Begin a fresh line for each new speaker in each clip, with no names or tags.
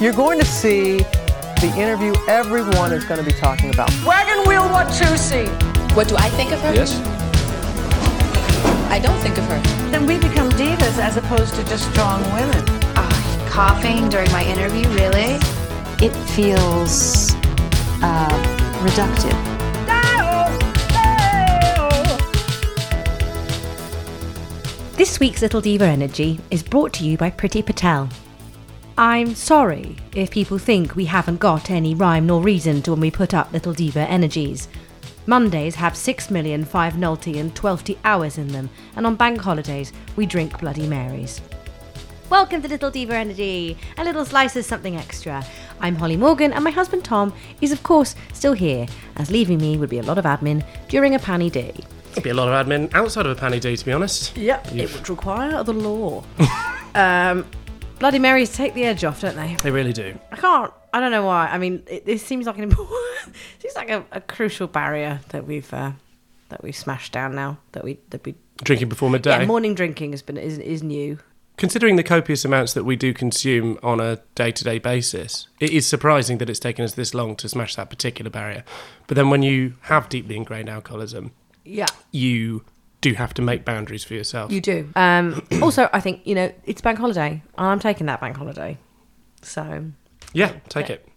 You're going to see the interview everyone is going to be talking about.
Wagon wheel Watusi.
What do I think of her?
Yes.
I don't think of her.
Then we become divas as opposed to just strong women.
Ah, coughing during my interview, really?
It feels uh, reductive.
This week's Little Diva Energy is brought to you by Pretty Patel. I'm sorry if people think we haven't got any rhyme nor reason to when we put up Little Diva Energies. Mondays have 6 million 5 nulty and 12 hours in them, and on bank holidays we drink Bloody Marys. Welcome to Little Diva Energy, a little slice of something extra. I'm Holly Morgan, and my husband Tom is, of course, still here, as leaving me would be a lot of admin during a panny day.
It'd be a lot of admin outside of a panny day, to be honest.
Yep, it would require the law. um, Bloody Marys take the edge off, don't they?
They really do.
I can't. I don't know why. I mean, it, it seems like an important, it seems like a, a crucial barrier that we've uh, that we've smashed down now. That we that we
Drinking before midday.
yeah, morning drinking has been is is new.
Considering the copious amounts that we do consume on a day to day basis, it is surprising that it's taken us this long to smash that particular barrier. But then when you have deeply ingrained alcoholism,
Yeah,
you do have to make boundaries for yourself.
you do. Um, also, I think you know it's bank holiday, and I'm taking that bank holiday. So
yeah, take it.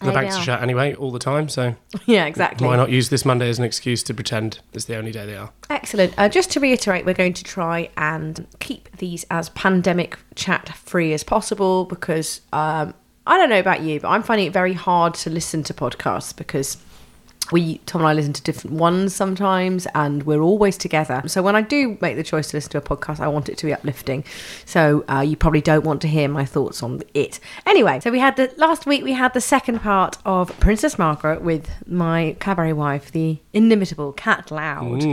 The
There you
banks are
are.
shut anyway all the time, so
yeah, exactly.
why not use this Monday as an excuse to pretend it's the only day they are?
Excellent. Uh, just to reiterate, we're going to try and keep these as pandemic chat free as possible because um, I don't know about you, but I'm finding it very hard to listen to podcasts because we, Tom and I, listen to different ones sometimes and we're always together. So when I do make the choice to listen to a podcast, I want it to be uplifting. So uh, you probably don't want to hear my thoughts on it. Anyway, so we had the last week, we had the second part of Princess Margaret with my cabaret wife, the inimitable Cat Loud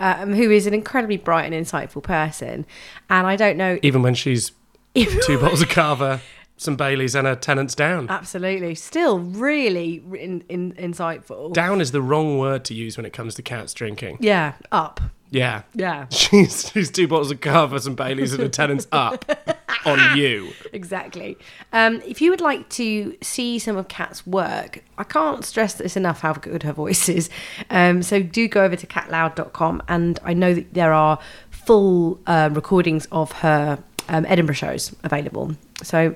um, who is an incredibly bright and insightful person. And I don't know.
Even when she's
If,
two bottles of Carver, some Baileys, and her tenants down.
absolutely. Still really in, in, insightful.
down is the wrong word to use when it comes to cats drinking.
yeah. Up.
Yeah.
Yeah.
She's, she's two bottles of Carver, some Baileys, and a tenant's up on you.
Exactly. Um, if you would like to see some of Kat's work, I can't stress this enough how good her voice is. Um, so do go over to catloud.com. And I know that there are full uh, recordings of her um, Edinburgh shows available. So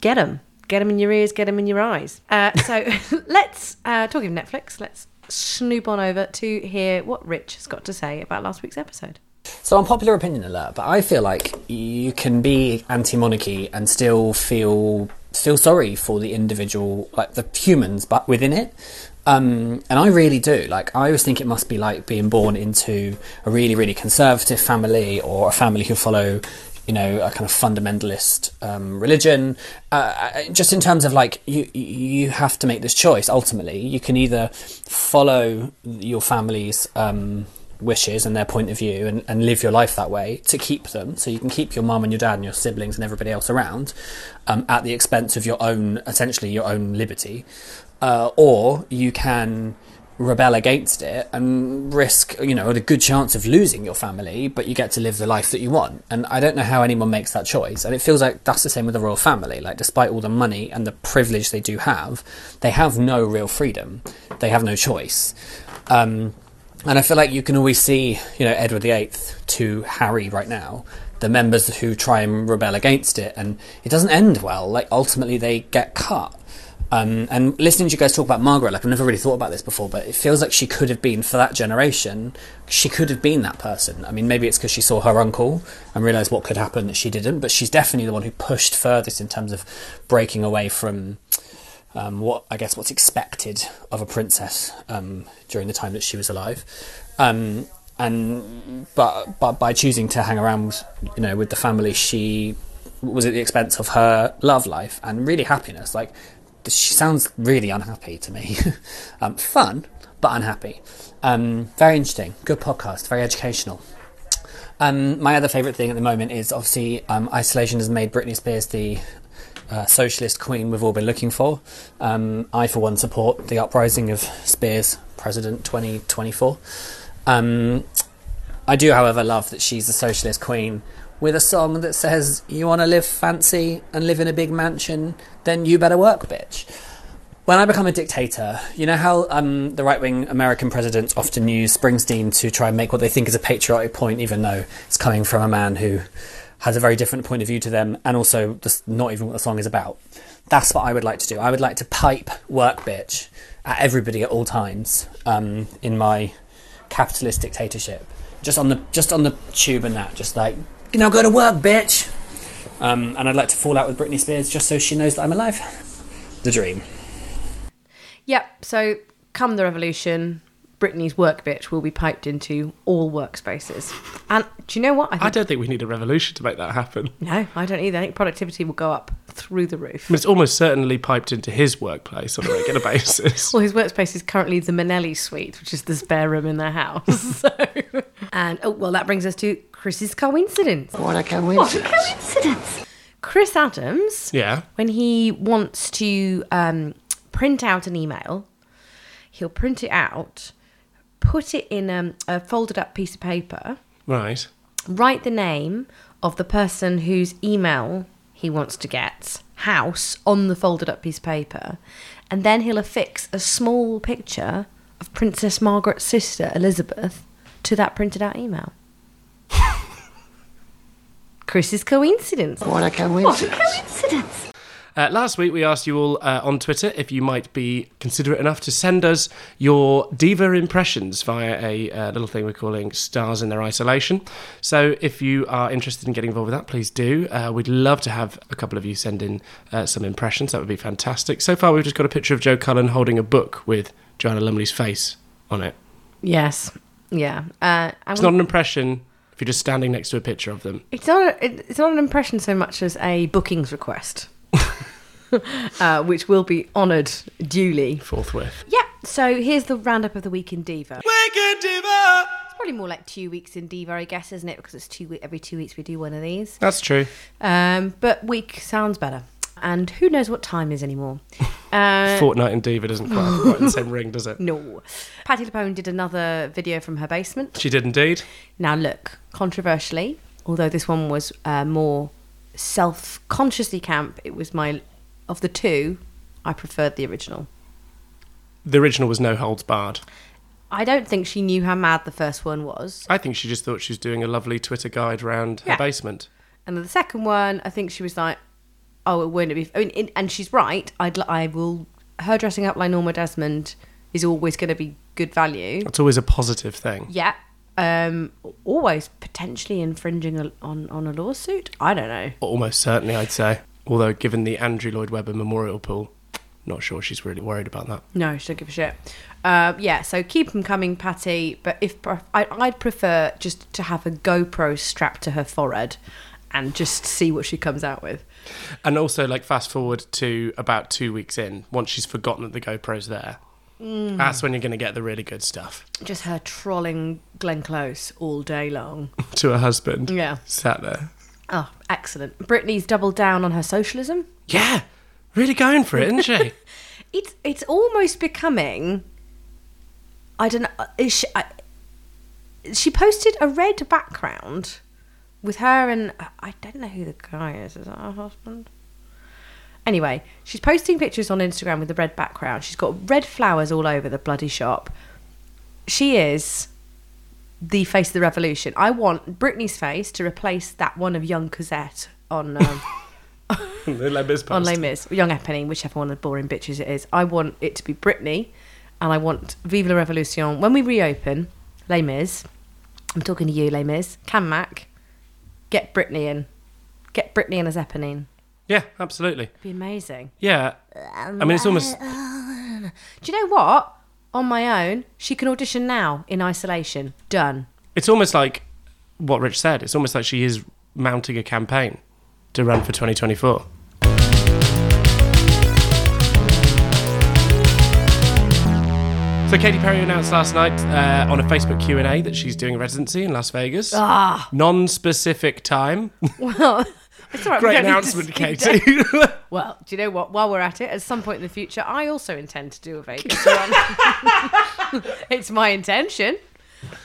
get them. Get them in your ears, get them in your eyes. Uh, so let's, uh, talking of Netflix, let's snoop on over to hear what Rich has got to say about last week's episode.
So, unpopular opinion alert, but I feel like you can be anti-monarchy and still feel feel sorry for the individual, like the humans, but within it. Um, and I really do. Like, I always think it must be like being born into a really, really conservative family or a family who follow, you know, a kind of fundamentalist um, religion. Uh, I- just in terms of like, you you have to make this choice. Ultimately, you can either follow your family's. Um, wishes and their point of view and, and live your life that way to keep them so you can keep your mum and your dad and your siblings and everybody else around um, at the expense of your own essentially your own liberty uh, or you can rebel against it and risk you know a good chance of losing your family but you get to live the life that you want and i don't know how anyone makes that choice and it feels like that's the same with the royal family like despite all the money and the privilege they do have they have no real freedom they have no choice um, and I feel like you can always see, you know, Edward VIII to Harry right now, the members who try and rebel against it, and it doesn't end well. Like, ultimately, they get cut. Um, and listening to you guys talk about Margaret, like, I've never really thought about this before, but it feels like she could have been, for that generation, she could have been that person. I mean, maybe it's because she saw her uncle and realised what could happen that she didn't, but she's definitely the one who pushed furthest in terms of breaking away from um, what I guess what's expected of a princess um, during the time that she was alive, um, and but but by choosing to hang around, with, you know, with the family, she was at the expense of her love life and really happiness. Like she sounds really unhappy to me, um, fun but unhappy. Um, very interesting, good podcast, very educational. Um, my other favourite thing at the moment is obviously um, isolation has made Britney Spears the uh, socialist queen we've all been looking for. Um, I, for one, support the uprising of Spears, President 2024. Um, I do, however, love that she's the socialist queen with a song that says, You want to live fancy and live in a big mansion, then you better work, bitch. When I become a dictator, you know how um, the right wing American presidents often use Springsteen to try and make what they think is a patriotic point, even though it's coming from a man who has a very different point of view to them and also just not even what the song is about. That's what I would like to do. I would like to pipe work bitch at everybody at all times um, in my capitalist dictatorship. Just on the just on the tube and that, just like you know, go to work, bitch. Um, and I'd like to fall out with Britney Spears just so she knows that I'm alive. The dream.
Yep. So, come the revolution, Brittany's work bitch will be piped into all workspaces. And do you know what?
I don't think we need a revolution to make that happen. I
No, I don't either. I think productivity will go up through the roof.
mean, it's almost certainly piped into his workplace on a regular basis.
Well, his workspace is currently the Manelli suite, which is the spare room in their house. So, and oh, well, that brings us to Chris's coincidence.
What a coincidence.
Chris Adams,
Yeah.
when he wants to um, print out an email, he'll print it out, put it in um, a folded up piece of paper,
Right.
write the name of the person whose email he wants to get house on the folded up piece of paper and then he'll affix a small picture of princess margaret's sister elizabeth to that printed out email chris's coincidence
What a coincidence.
Uh, last week, we asked you all uh, on Twitter if you might be considerate enough to send us your diva impressions via a uh, little thing we're calling Stars in Their Isolation. So, if you are interested in getting involved with that, please do. Uh, we'd love to have a couple of you send in uh, some impressions. That would be fantastic. So far, we've just got a picture of Joe Cullen holding a book with Joanna Lumley's face on it.
yes yeah uh, and
It's
we-
not an impression if you're just standing next to a picture of them.
It's not. A, it- it's not an impression so much as a bookings request, uh, which will be honoured duly.
Forthwith.
Yeah. So here's the roundup of the week in Diva. Week in Diva. It's probably more like two weeks in Diva, I guess, isn't it? Because it's two we- every two weeks we do one of these.
That's true.
Um, but week sounds better. And who knows what time is anymore? Uh,
Fortnite and Diva doesn't quite have quite the same ring, does it?
no. Patty Lapone did another video from her basement.
She did indeed.
Now, look, controversially, although this one was uh, more self consciously camp, it was my, of the two, I preferred the original.
The original was No Holds Barred.
I don't think she knew how mad the first one was.
I think she just thought she was doing a lovely Twitter guide round
Yeah.
her basement.
And then the second one, I think she was like, oh, it wouldn't be. I mean, in, and she's right. I'd, li- I will, her dressing up like Norma Desmond is always going to be good value.
It's always a positive thing.
Yeah. Um, always potentially infringing a, on, on a lawsuit. I don't know.
Almost certainly, I'd say. Although, given the Andrew Lloyd Webber Memorial Pool, not sure she's really worried about that.
No, she don't give a shit. Uh, yeah, so keep them coming, Patty. But if I, I'd prefer just to have a GoPro strapped to her forehead and just see what she comes out with.
And also, like, fast forward to about two weeks in, once she's forgotten that the GoPro's there.
Mm.
That's when you're going to get the really good stuff
Just her trolling Glenn Close all day long.
to her husband.
Yeah.
Sat there.
Oh, excellent. Brittany's doubled down on her socialism.
Yeah. Really going for it, isn't she?
It's it's almost becoming. I don't know. uh, Is she, I, she posted a red background with her and I don't know who the guy is. Is that her husband? Anyway, she's posting pictures on Instagram with a red background. She's got red flowers all over the bloody shop. She is the face of the revolution. I want Britney's face to replace that one of young Cosette on. Um,
the Lebbers
on
post.
Les Mis, Young Epining, whichever one of the boring bitches it is. I want it to be Britney, and I want Vive la Revolution. When we reopen, Les Mis, I'm talking to you, Les Mis, Cam Mac, get Britney in. Get Britney in as Eponine.
Yeah, absolutely.
It'd be amazing.
Yeah. I mean, it's almost.
Do you know what? On my own, she can audition now in isolation. Done.
It's almost like what Rich said. It's almost like she is mounting a campaign to run for 2024. So Katy Perry announced last night uh, on a Facebook Q and A that she's doing a residency in Las Vegas, ah. non-specific time.
It's all right, we
Great
don't need to
announcement,
speak
Katy.
Well, do you know what? While we're at it, at some point in the future, I also intend to do a Vegas run. it's my intention.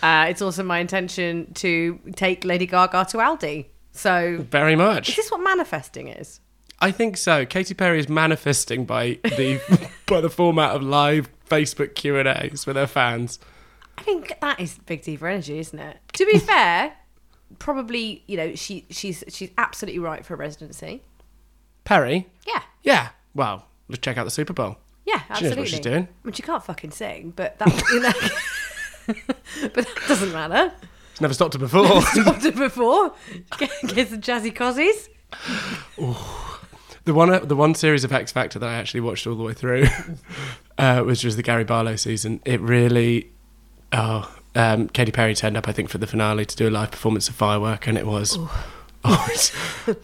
Uh, it's also my intention to take Lady Gaga to Aldi. So
Very much.
is this what manifesting is?
I think so. Katy Perry is manifesting by the by the format of live Facebook Q and A's with her fans.
I mean, that is big diva energy, isn't it? To be fair, probably you know she she's she's absolutely right for a residency.
Perry,
Yeah,
yeah. Well, let's check out the Super Bowl. She
yeah, absolutely.
knows what she's doing.
I mean, she can't fucking sing, but that you know, but that doesn't matter.
She's never stopped her before.
I've done before. Get, get some jazzy cozies.
the one the one series of X Factor that I actually watched all the way through, uh, which was the Gary Barlow season. It really, oh, um, Katy Perry turned up I think for the finale to do a live performance of Firework, and it was, oh, it's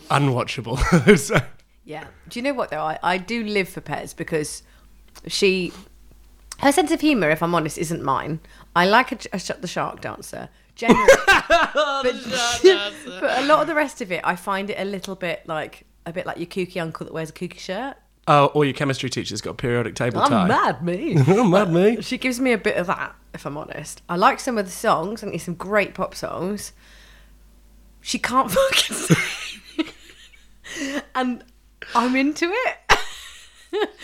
unwatchable. So-
Yeah. Do you know what though? I, I do live for Pez because she, her sense of humour, if I'm honest, isn't mine. I like a, a shut the shark dancer. Generally, but, but a lot of the rest of it, I find it a little bit like a bit like your kooky uncle that wears a kooky shirt.
oh, or your chemistry teacher's got a periodic table
I'm
tie.
mad, me.
I'm mad, mate.
She gives me a bit of that, if I'm honest. I like some of the songs, and there's some great pop songs. She can't fucking sing. and I'm into it.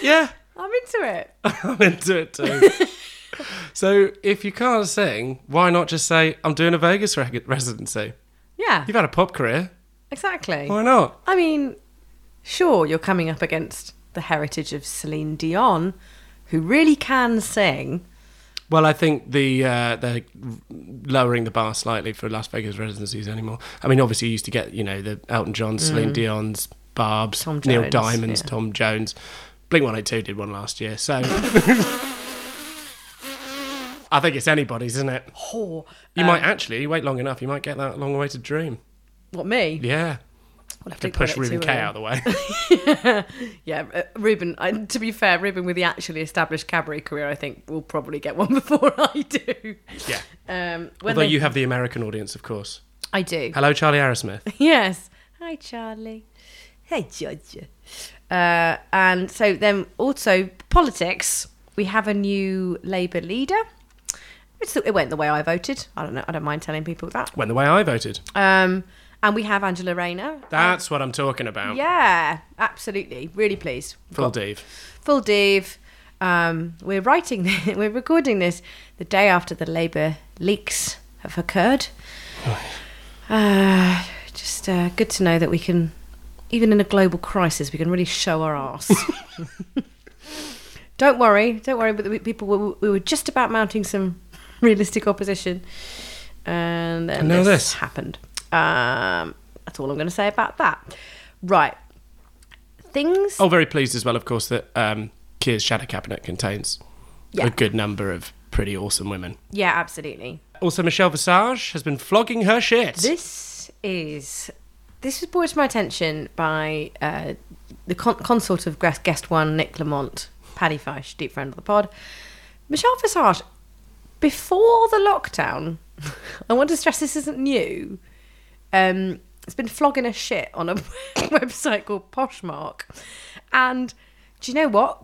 Yeah.
I'm into it.
I'm into it too. so if you can't sing, why not just say, I'm doing a Vegas re- residency?
Yeah,
You've had a pop career.
exactly.
Why not?
I mean, sure, you're coming up against the heritage of Celine Dion, who really can sing.
Well, I think the uh, they're lowering the bar slightly for Las Vegas residencies anymore. I mean, obviously, you used to get, you know, the Elton John, Celine Dion's, Barb's,
Mm. Tom
Neil
Jones,
Diamond's,
yeah.
Tom Jones. Blink 182 did one last year. So I think it's anybody's, isn't it?
Oh,
You might actually, you wait long enough, you might get that long awaited dream.
what me?
Yeah.
We'll have
To push
put it
Ruben
to
K
a-
out of the way.
Yeah, uh, Ruben. I, to be fair, Ruben with the actually established cabaret career, I think will probably get one before I do.
yeah.
Um, when
Although
they-
you have the American audience, of course.
I do.
Hello, Charlie Arrowsmith.
Yes. Hi, Charlie. Hey, Georgia. Uh, and so then also politics. We have a new Labour leader. It's, it went the way I voted. I don't know. I don't mind telling people that.
Went the way I voted.
Um, and we have Angela Rayner.
That's what I'm talking about.
Yeah, absolutely. Really pleased.
Full Dave.
Full Dave. Um, we're writing, we're recording this the day after the Labour leaks have occurred.
Oh.
Uh, just uh, good to know that we can, even in a global crisis, we can really show our arse. don't worry, don't worry. But we, people, we, we were just about mounting some realistic opposition, and then
And now
this,
this.
happened. Um, that's all I'm going to say about that. Right, things.
Oh, very pleased as well, of course, that um, Keir's shadow cabinet contains
Yeah.
a good number of pretty awesome women.
Yeah, absolutely.
Also, Michelle Visage has been flogging her shit.
This is this was brought to my attention by uh, the con- consort of guest, guest one, Nick Lamont, Paddy Fish, deep friend of the pod. Michelle Visage, before the lockdown, I want to stress this isn't new. Um, it's been flogging a shit on a website called Poshmark, and do you know what?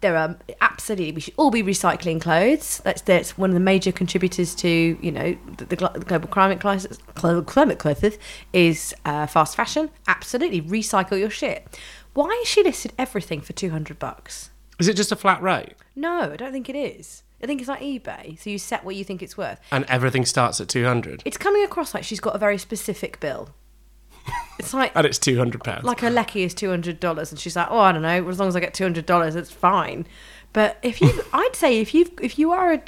There are absolutely we should all be recycling clothes. That's that's one of the major contributors to you know the, the glo- global climate crisis. glo- Climate crisis is uh, fast fashion. Absolutely recycle your shit. Why has she listed everything for two hundred bucks?
Is it just a flat rate?
No, I don't think it is. I think it's like eBay. So you set what you think it's worth.
And everything starts at 200.
It's coming across like she's got a very specific bill. It's like
And it's 200 pounds.
like her lecky is two hundred dollars, and she's like, oh, I don't know. As long as I get two hundred dollars, it's fine. But if you, I'd say if you if you are a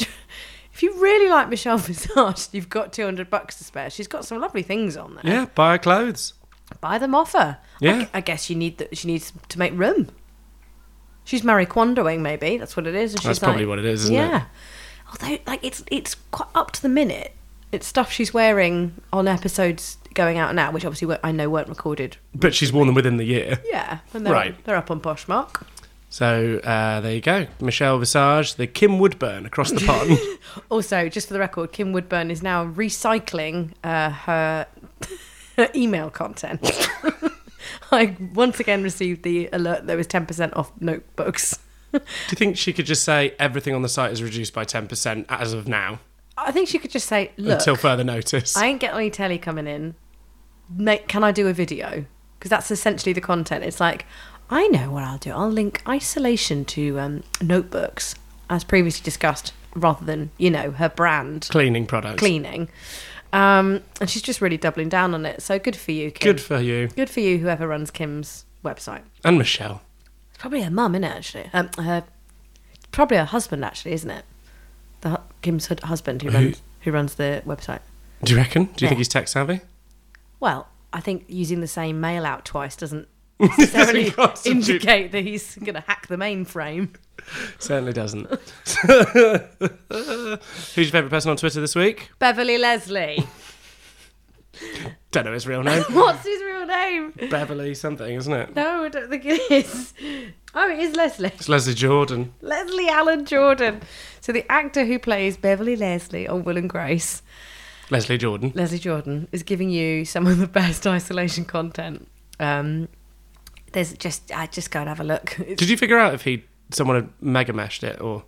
if you really like Michelle Visage, you've got two hundred bucks to spare. She's got some lovely things on there.
yeah, buy her clothes.
Buy them off her. I
Yeah.
gu- I, guess you need that. She needs to make room. She's Mary Quandoing, maybe that's what it is. And she's
That's probably
like-
what it is, isn't it?
yeah. Although, like, it's it's quite up to the minute. It's stuff she's wearing on episodes going out now, which obviously were- I know weren't recorded
But she's worn them within the year.
yeah, and they're,
Right.
they're up on Poshmark.
So uh, there you go. Michelle Visage, the Kim Woodburn across the pond.
Also, just for the record, Kim Woodburn is now recycling uh, her, her email content. I once again received the alert there was 10% off notebooks.
Do you think she could just say everything on the site is reduced by 10% as of now
I think she could just say, look,
until further notice?
I ain't getting any telly coming in. make, can I do a video? Because that's essentially the content. It's like, I know what I'll do. I'll link isolation to um, notebooks, as previously discussed, rather than, you know, her brand
Cleaning products.
cleaning. Um, and she's just really doubling down on it. So good for you, Kim.
Good for you.
Good for you, whoever runs Kim's website.
And Michelle.
It's probably her mum, isn't it, actually? Um, her, probably her husband, actually, isn't it? The, hu- Kim's hu- husband who runs, who runs the website.
Do you reckon? Do you
Yeah.
think he's tech savvy?
Well, I think using the same mail out twice doesn't necessarily
constitute-
indicate that he's going to hack the mainframe.
Certainly doesn't. Who's your favourite person on Twitter this week?
Beverly Leslie.
Don't know his real name.
What's his real name?
Beverly something, isn't it?
No, I don't think it is. Oh, it is Leslie.
It's Leslie Jordan.
Leslie Allen Jordan. So the actor who plays Beverly Leslie on Will and Grace,
Leslie Jordan.
Leslie Jordan, is giving you some of the best isolation content. Um, there's just, I just go and have a look. It's-
Did you figure out if he someone had mega meshed it or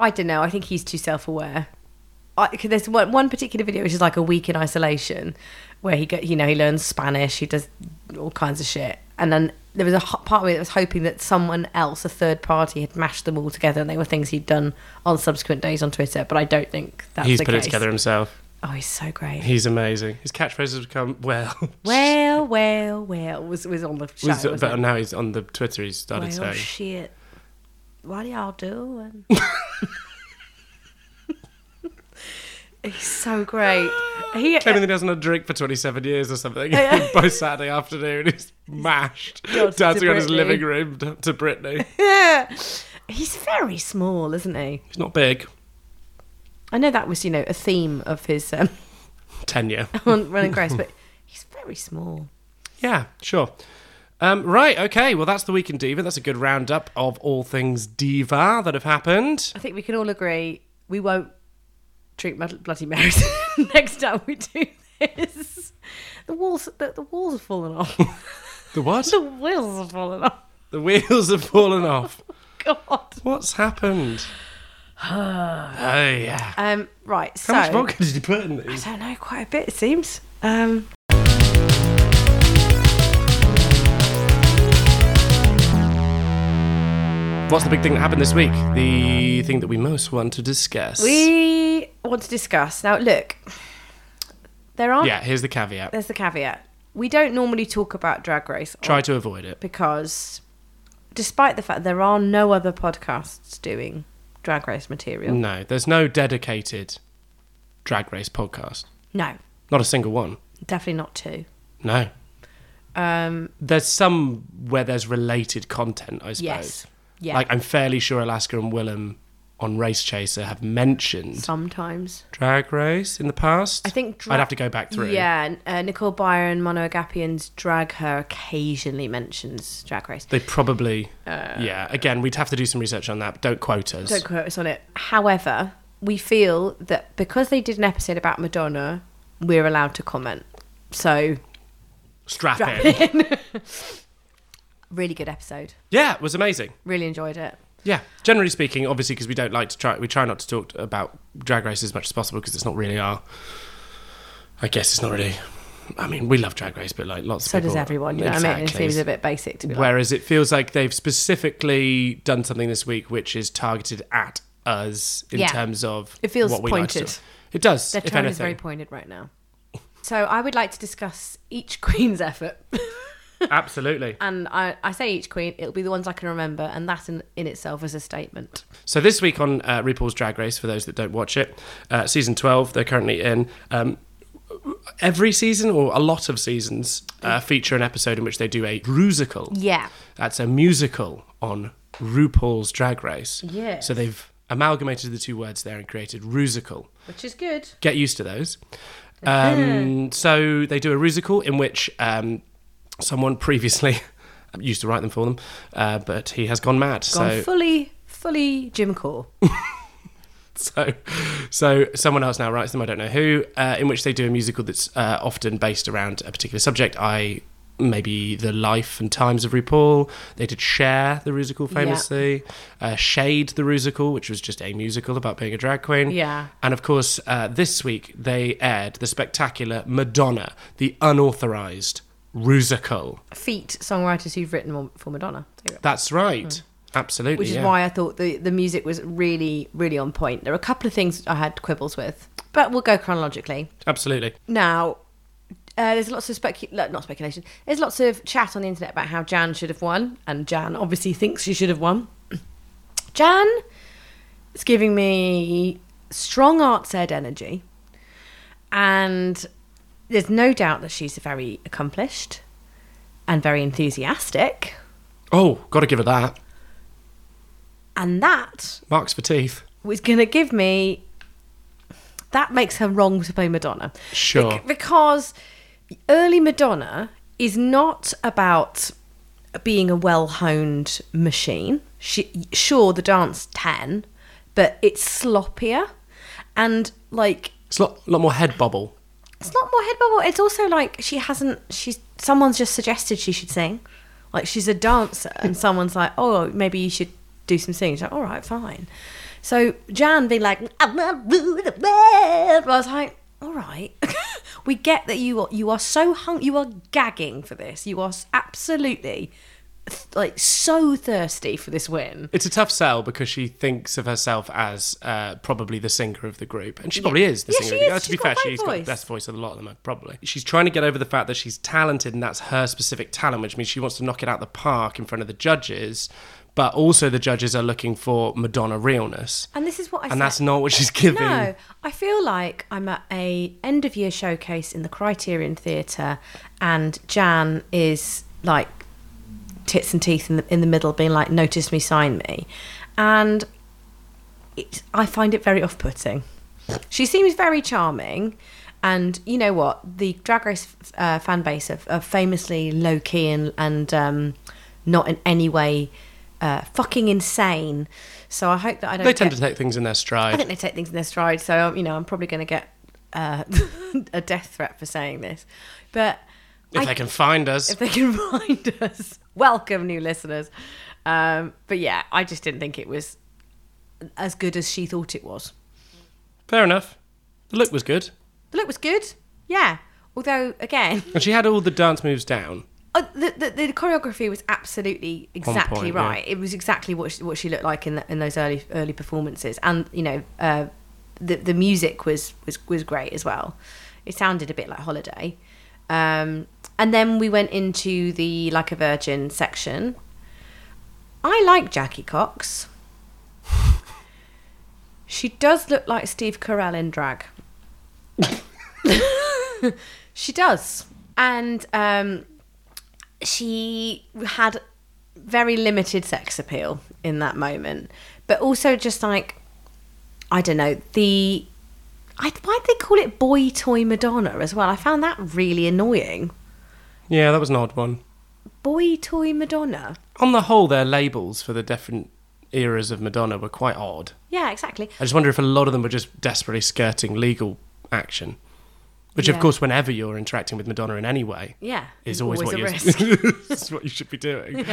I don't know. I think he's too self-aware. I, 'cause there's one, one particular video which is like a week in isolation, where he get, you know he learns Spanish, he does all kinds of shit, and then there was a ho- part of me that was hoping that someone else, a third party, had mashed them all together, and they were things he'd done on subsequent days on Twitter. But I don't think that's
he's
the
put
case.
it together himself?
Oh, he's so great.
He's amazing. His catchphrases have become well.
Well, well, well, was was on the show.
was-
wasn't
but
it?
now he's on the Twitter. He's started
well,
saying
oh, shit. What do y'all doing? He's so great. He,
claiming that he hasn't had a drink for 27 years or something. By Saturday afternoon, he's mashed,
God, to
dancing on his
Britney.
living room to to Britney.
he's very small, isn't he?
he's not big.
I know that was, you know, a theme of his um,
Tenure.
on Running Grace, but he's very small.
Yeah, sure. Um, right, okay. Well, that's the week in Diva. That's a good roundup of all things Diva that have happened.
I think we can all agree we won't drink Mud- Bloody Marys next time we do this. The walls, the, the walls have fallen off.
The what?
the wheels have fallen off.
the wheels have fallen off.
Oh, God.
What's happened? oh, yeah.
Um, right. so,
How much vodka did you put in these?
I don't know, quite a bit it seems. Um,
What's the big thing that happened this week? The thing that we most want to discuss.
we want to discuss now. Look, there aren't.
Yeah, here's the caveat.
There's the caveat. We don't normally talk about Drag Race on-
Try to avoid it.
because, despite the fact there are no other podcasts doing Drag Race material,
No, there's no dedicated drag race podcast.
no,
Not a single one.
definitely not two.
No.
Um,
There's some where there's related content, I suppose.
yes, yeah,
Like I'm fairly sure Alaska and Willem on Race Chaser have mentioned
sometimes.
Drag Race in the past.
I think
I'd have to go back through.
Yeah, n- uh, Nicole Byron, Mono Agapian's Drag Her occasionally mentions Drag Race.
They probably, yeah. Again, we'd have to do some research on that. But don't quote us.
Uh, Don't quote us on it. However, we feel that because they did an episode about Madonna, we're allowed to comment. So,
Strap,
Strap
in.
really good episode.
yeah, it was amazing.
Really enjoyed it.
Yeah. Generally speaking, obviously, because we don't like to try, we try not to talk about Drag Race as much as possible because it's not really our. I guess it's not really. I mean, we love Drag Race, but like lots
So
of people.
does everyone. You know what I mean? It
Exactly.
seems a bit basic to be like,
Whereas it feels like they've specifically done something this week which is targeted at us in
Yeah.
terms of
It feels
what we like to
pointed.
do. it does.
their
if
tone is
anything,
very pointed right now. So I would like to discuss each queen's effort.
absolutely.
and I, I say each queen, it'll be the ones I can remember, and that in, in itself is a statement.
So this week on uh, RuPaul's Drag Race, for those that don't watch it, uh, season twelve, they're currently in. Um, every season or a lot of seasons uh, feature an episode in which they do a rusical.
Yeah.
That's a musical on RuPaul's Drag Race.
Yes.
So they've amalgamated the two words there and created rusical.
Which is good.
get used to those. Um, so they do a rusical in which um, someone previously used to write them for them, uh, but he has gone mad.
Gone
so,
fully, fully Jim Core.
so, so someone else now writes them. I don't know who. Uh, in which they do a musical that's uh, often based around a particular subject. I maybe the life and times of RuPaul. They did Share the musical famously, uh, Shade the musical, which was just a musical about being a drag queen.
Yeah.
And of course, uh, this week they aired the spectacular Madonna, the unauthorized Rusical.
Feat songwriters who've written more for Madonna,
That's right. Absolutely.
Hmm. which is
yeah.
why I thought the, the music was really, really on point. There were a couple of things I had quibbles with, but we'll go chronologically.
Absolutely.
Now, uh, there's lots of specu- lo- not speculation. There's lots of chat on the internet about how Jan should have won, and Jan obviously thinks she should have won. Jan is giving me strong arts ed energy, and there's no doubt that she's very accomplished and very enthusiastic,
Oh, got to give her that.
and that
Marks for teeth.
was going to give me. That makes her wrong to play Madonna.
Sure.
Bec- because early Madonna is not about being a well honed machine. She, sure, the dance 10, but it's sloppier. And like,
It's a lot, lot more head bobble.
it's not more head bubble. It's also like she hasn't. She's someone's just suggested she should sing. Like she's a dancer, and someone's like, "Oh, maybe you should do some singing." She's like, "All right, fine." So Jan being like, "I'm not rude the world," I was like, "All right, we get that you are, you are so hung, you are gagging for this. You are s- absolutely." th- Like so thirsty for this win.
It's a tough sell because she thinks of herself as uh, probably the singer of the group, and she probably is the
Yeah,
singer.
she
of the
is.
To be
She's
fair,
got a great
she's got the
voice.
best voice of a lot of them, probably. She's trying to get over the fact that she's talented, and that's her specific talent, which means she wants to knock it out the park in front of the judges. But also, the judges are looking for Madonna realness,
And this is what I
and
said.
that's not what she's giving.
No, I feel like I'm at a end of year showcase in the Criterion Theatre, and Jan is like tits and teeth in the in the middle, being like, "Notice me, sign me," and it's, I find it very off-putting. She seems very charming, and you know what? The Drag Race uh, fan base are, are famously low key and and um, not in any way uh, fucking insane. So I hope that I don't.
They tend
get-
to take things in their
I
stride.
think they take things in their stride. So um, you know, I'm probably going to get uh, a death threat for saying this, but
If
I-
they can find us,
if they can find us, welcome new listeners. Um, but yeah, I just didn't think it was as good as she thought it was.
fair enough. The look was good,
The look was good, yeah. Although again,
and she had all the dance moves down.
uh, the, the the choreography was absolutely exactly
point, yeah.
right. It was exactly what she, what she looked like in the, in those early early performances, and you know, uh, the the music was was was great as well. It sounded a bit like Holiday, um, and then we went into the Like a Virgin section. I like Jackie Cox. She does look like Steve Carell in drag. she does, and um, she had very limited sex appeal in that moment, but also just like I don't know the I why they call it boy toy Madonna as well. I found that really annoying.
Yeah, that was an odd one.
Boy toy Madonna.
On the whole, their labels for the different eras of Madonna were quite odd.
Yeah, exactly.
I just wonder if a lot of them were just desperately skirting legal action, which, of
Yeah.
course, whenever you're interacting with Madonna in any way,
Yeah,
is always,
always a
what you is what you should be doing.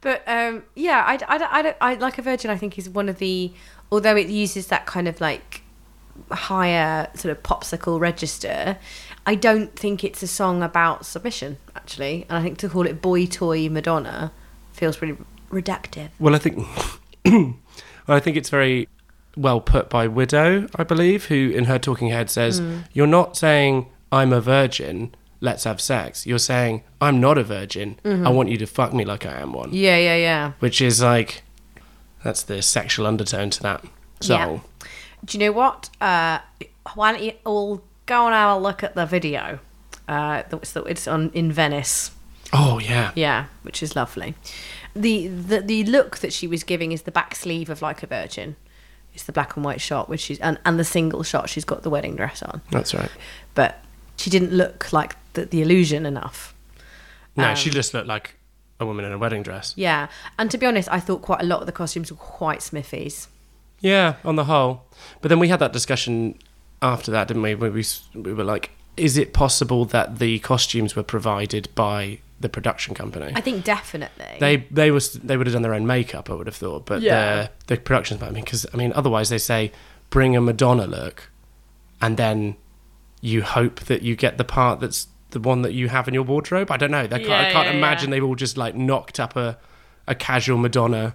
But um, yeah, I, I, I, I, I like a virgin. I think is one of the although it uses that kind of like higher sort of popsicle register. I don't think it's a song about submission actually, and I think to call it boy toy Madonna feels really reductive.
Well, I think, well, I think it's very well put by Widow, I believe, who in her talking head says,
Hmm.
"You're not saying I'm a virgin." Let's have sex. You're saying, I'm not a virgin.
Mm-hmm.
I want you to fuck me like I am one.
Yeah, yeah, yeah.
which is like that's the sexual undertone to that song.
Do you know what? Uh, why don't you all go and have a look at the video? Uh, it's, it's on in Venice.
Oh yeah.
Yeah, which is lovely. The, the the look that she was giving is the back sleeve of Like a Virgin. It's the black and white shot, which she's and, and the single shot she's got the wedding dress on.
that's right.
But she didn't look like the, the illusion enough.
No, she just looked like a woman in a wedding dress.
Yeah, and to be honest, I thought quite a lot of the costumes were quite Smithies.
Yeah, on the whole. But then we had that discussion after that, didn't we? Where we s- we were like, is it possible that the costumes were provided by the production company?
I think definitely.
they they was they would have done their own makeup, I would have thought, but
Yeah.
yeah. the productions. I mean, because I mean, otherwise they say bring a Madonna look, and then you hope that you get the part that's the one that you have in your wardrobe. I don't know. They can't,
Yeah,
I can't
yeah,
imagine
yeah.
they've all just like knocked up a a casual Madonna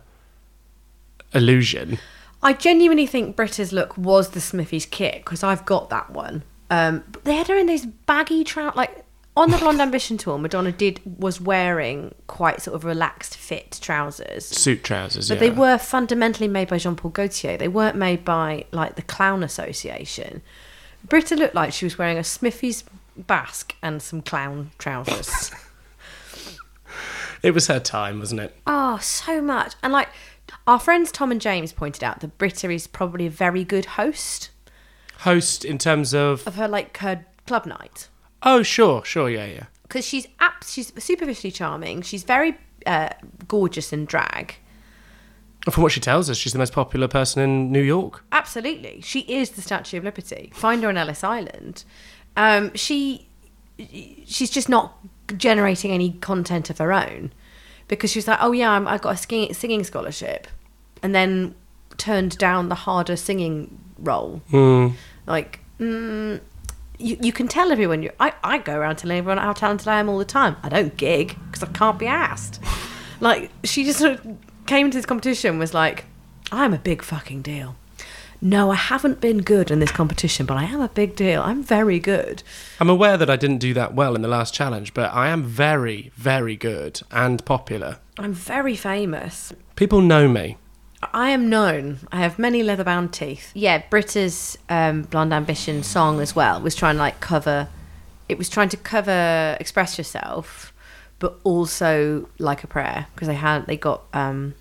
illusion.
I genuinely think Britta's look was the Smithies kit because I've got that one. Um, but they had her in those baggy trout like on the Blonde Ambition tour. Madonna did was wearing quite sort of relaxed fit trousers,
Suit trousers.
but
yeah.
they were fundamentally made by Jean Paul Gaultier. They weren't made by like the Clown Association. Britta looked like she was wearing a Smithies basque and some clown trousers.
It was her time, wasn't it?
Oh, so much. And like our friends Tom and James pointed out that Britta is probably a very good host
Host in terms of
of her like her club night
oh sure sure yeah yeah
because she's ab- she's superficially charming. She's very uh, gorgeous in drag.
from what she tells us she's the most popular person in New York.
Absolutely, she is the Statue of Liberty. Find her on Ellis Island. Um, she she's just not generating any content of her own because she was like, oh yeah, I'm, I got a singing, singing scholarship, and then turned down the harder singing role. Like. Mm, you, you can tell everyone you I, I go around telling everyone how talented I am all the time. I don't gig because I can't be asked. Like she just sort of came to this competition and was like, I'm a big fucking deal. No, I haven't been good in this competition, but I am a big deal. I'm very good.
I'm aware that I didn't do that well in the last challenge, but I am very, very good and popular.
I'm very famous.
People know me.
I am known. I have many leather bound teeth. Yeah, Britta's um, Blonde Ambition song as well was trying to like cover, it was trying to cover Express Yourself, but also Like a Prayer because they had, they got, um,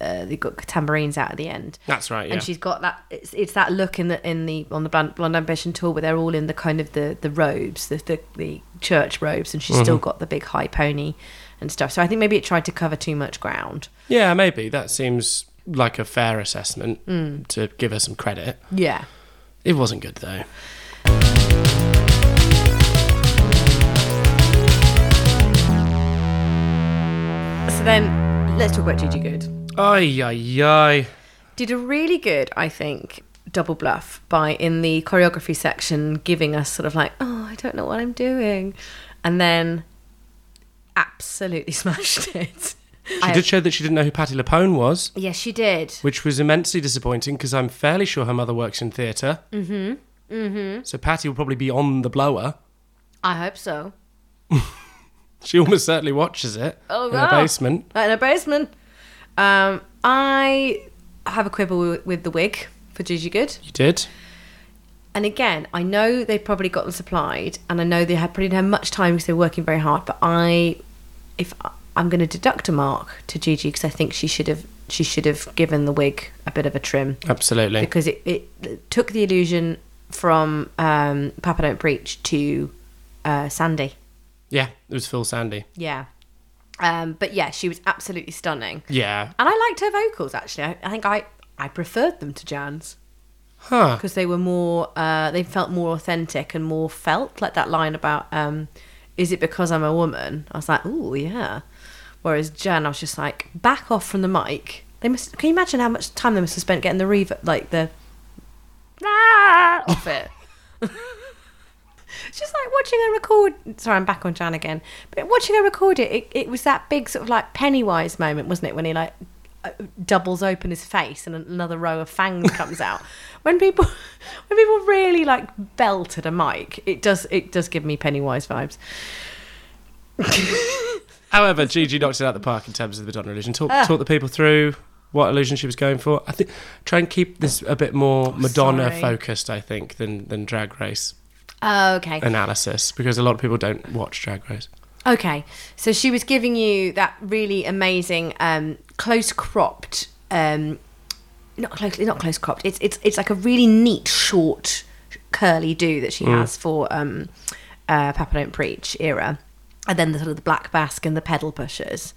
uh, they got tambourines out at the end.
That's right, yeah.
And she's got that. It's, it's that look in the in the on the Blonde, Blonde Ambition tour where they're all in the kind of the the robes, the the, the church robes, and she's
Mm-hmm.
still got the big high pony and stuff. So I think maybe it tried to cover too much ground.
Yeah, maybe. That seems like a fair assessment
Hmm.
to give her some credit.
Yeah.
It wasn't good, though.
So then let's talk about Gigi Good.
Ay, ay, ay.
Did a really good, I think, double bluff by in the choreography section giving us sort of like, oh, I don't know what I'm doing. And then absolutely smashed it.
She did show that she didn't know who Patti LuPone was,
Yes, she did.
which was immensely disappointing because I'm fairly sure her mother works in theatre. Mm hmm.
Mm-hmm.
Mm hmm. So Patty will probably be on the blower.
I hope so.
She almost certainly watches it
Oh,
in the
wow.
basement.
Right in a basement. Um, I have a quibble wi- with the wig for Gigi Good.
You did?
And again, I know they probably got them supplied, and I know they had probably didn't have much time because they're working very hard. But I, if I, I'm going to deduct a mark to Gigi because I think she should have she should have given the wig a bit of a trim
Absolutely.
because it, it took the illusion from um, Papa Don't Preach to uh, Sandy.
yeah, it was Phil Sandy.
Yeah. Um, but yeah, she was absolutely stunning.
Yeah.
And I liked her vocals actually. I, I think I, I preferred them to Jan's
Huh.
because they were more, uh, they felt more authentic and more felt. Like that line about, um, is it because I'm a woman? I was like, ooh, yeah. Whereas Jan, I was just like, back off from the mic. They must. Can you imagine how much time they must have spent getting the reverb, like the ah, off it? it's just like watching her record. Sorry, I'm back on Jan again. But watching her record it, it, it was that big sort of like Pennywise moment, wasn't it? When he like uh, doubles open his face and another row of fangs comes out. When people, when people really like belt at a mic, it does it does give me Pennywise vibes.
However, Gigi knocked it out of the park in terms of the Madonna illusion. Talk, talk the people through what illusion she was going for. I think try and keep this a bit more Madonna
Oh, sorry.
focused, I think, than than Drag Race
Oh, okay.
analysis because a lot of people don't watch Drag Race.
Okay, so she was giving you that really amazing um, close cropped, um, not close, not close cropped. It's it's it's like a really neat short curly do that she has for um, uh, Papa Don't Preach era, and then the sort of the black basque and the pedal pushers,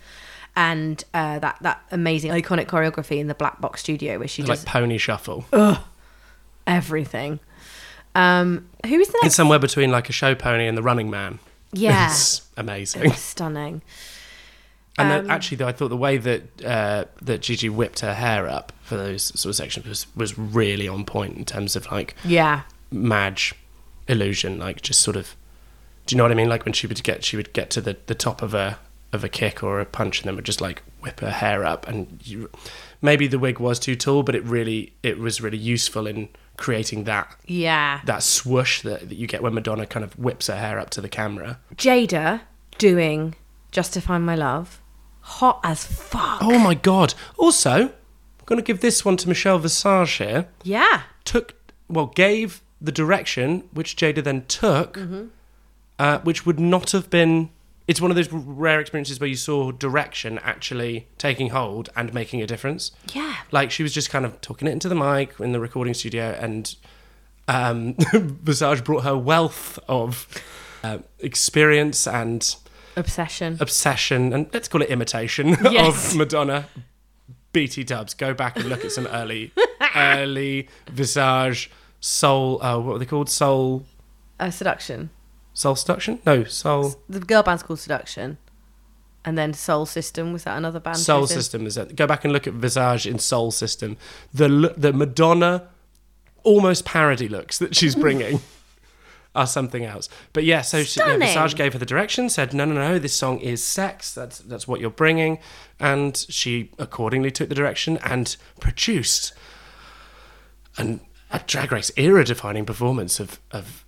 and uh, that that amazing iconic choreography in the Black Box Studio where she
Like
does
Pony Shuffle.
everything. Um, who is the
It's
next?
somewhere between like a show pony and the running man.
yeah,
It's amazing.
stunning.
And
Um,
then, actually, though, I thought the way that uh, that Gigi whipped her hair up for those sort of sections was, was really on point in terms of like
Yeah,
Madge illusion, like just sort of. Do you know what I mean? Like when she would get she would get to the, the top of a of a kick or a punch, and then would just like whip her hair up, and you, maybe the wig was too tall, but it really it was really useful in creating that
yeah.
that swoosh that, that you get when Madonna kind of whips her hair up to the camera.
Jada doing "Justify My Love," hot as fuck.
Oh my god! Also, I'm gonna give this one to Michelle Visage here.
Yeah,
took well gave the direction which Jada then took, uh, which would not have been. It's one of those rare experiences where you saw direction actually taking hold and making a difference.
Yeah.
like she was just kind of talking it into the mic in the recording studio, and um, Visage brought her wealth of uh, experience and
obsession.
obsession and let's call it imitation
Yes.
of Madonna. BT Dubs, go back and look at some early, early Visage Soul. Uh, what were they called? Soul,
uh, seduction.
Soul Seduction? No, Soul
The girl band's called Seduction, and then Soul System was that another band? she
Soul
was in?
System is that. Go back and look at Visage in Soul System. The lo- the Madonna almost parody looks that she's bringing are something else. But yeah, so she, yeah,
Stunning.
Visage gave her the direction, said no, no, no, this song is sex. That's that's what you're bringing, and she accordingly took the direction and produced an a Drag Race era defining performance of of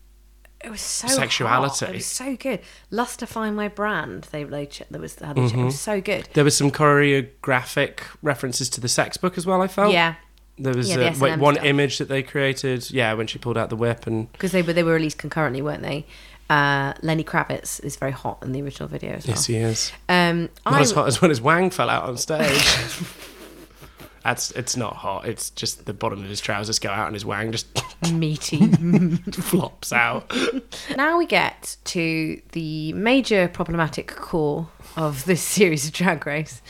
It was so
Sexuality.
hot. It was so good. Lustify my brand. They they ch- there was had a
Mm-hmm.
ch- it was so good.
There was some choreographic references to the sex book as well. I felt.
Yeah.
There was
Yeah,
uh
the
wait,
S&M
one
stuff.
image that they created. Yeah, when she pulled out the whip and
because they were they were released concurrently, weren't they? Uh, Lenny Kravitz is very hot in the original video as well.
yes, he is
Um,
not
I
as hot as when his wang fell out on stage. That's it's not hot. It's just the bottom of his trousers go out and his wang just
meaty.
flops out.
now we get to the major problematic core of this series of Drag Race.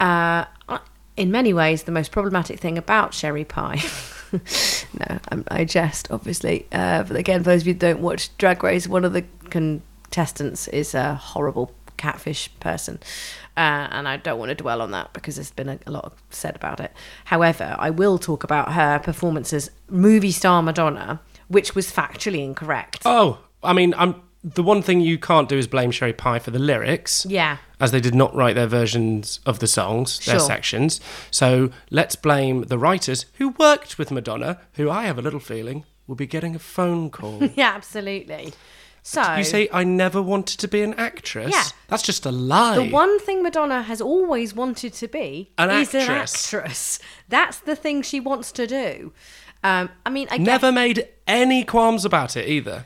Uh,
Lee.
in many ways the most problematic thing about sherry pie. no, I'm, I jest, obviously. Uh, but again, for those of you who don't watch Drag Race, one of the contestants is a horrible catfish person. Uh, and I don't want to dwell on that because there's been a, a lot said about it. However, I will talk about her performance as movie star Madonna, which was factually incorrect.
Oh, I mean, I'm the one thing you can't do is blame Sherry Pie for the lyrics.
Yeah.
As they did not write their versions of the songs, their
Sure.
sections. So let's blame the writers who worked with Madonna, who I have a little feeling will be getting a phone call.
Yeah, absolutely. So
you say, I never wanted to be an actress?
Yeah.
That's just a lie.
The one thing Madonna has always wanted to be
An
is
actress.
an actress. That's the thing she wants to do. Um, I mean, I, guess-
Never made any qualms about it either.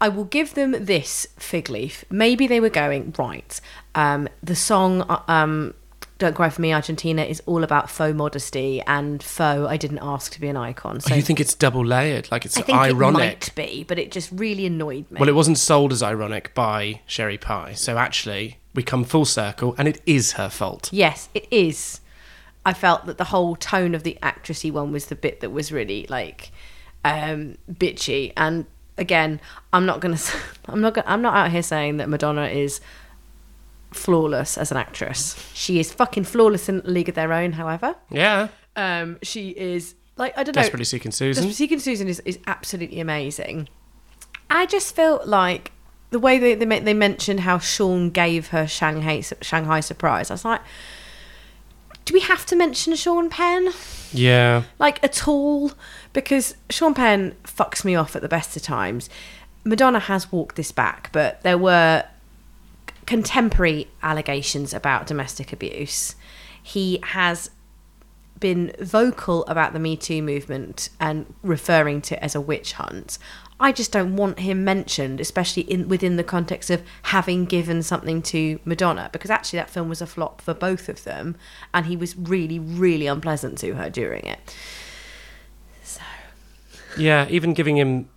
I will give them this fig leaf. Maybe they were going right. Um, the song uh, um, "Don't Cry for Me, Argentina" is all about faux modesty and faux. I didn't ask to be an icon. So
Do Oh, you think it's double layered? Like it's
I think
ironic?
it might be, but it just really annoyed me.
Well, it wasn't sold as ironic by Sherry Pie. So actually, we come full circle and it is her fault.
Yes, it is. I felt that the whole tone of the actressy one was the bit that was really like um bitchy and again, I'm not going to I'm not gonna, I'm not out here saying that Madonna is flawless as an actress. She is fucking flawless in League of Their Own, however.
Yeah.
Um she is like I don't know
Desperately Seeking Susan.
Desperately Seeking Susan is, is absolutely amazing. I just felt like the way they they, men- they mentioned how Sean gave her Shanghai Shanghai surprise. I was like, do we have to mention Sean Penn
Yeah.
like at all? Because Sean Penn fucks me off at the best of times. Madonna has walked this back, but there were contemporary allegations about domestic abuse. He has been vocal about the Me Too movement and referring to it as a witch hunt. I just don't want him mentioned, especially in within the context of having given something to Madonna, because actually that film was a flop for both of them, and he was really, really unpleasant to her during it.
Yeah, even giving him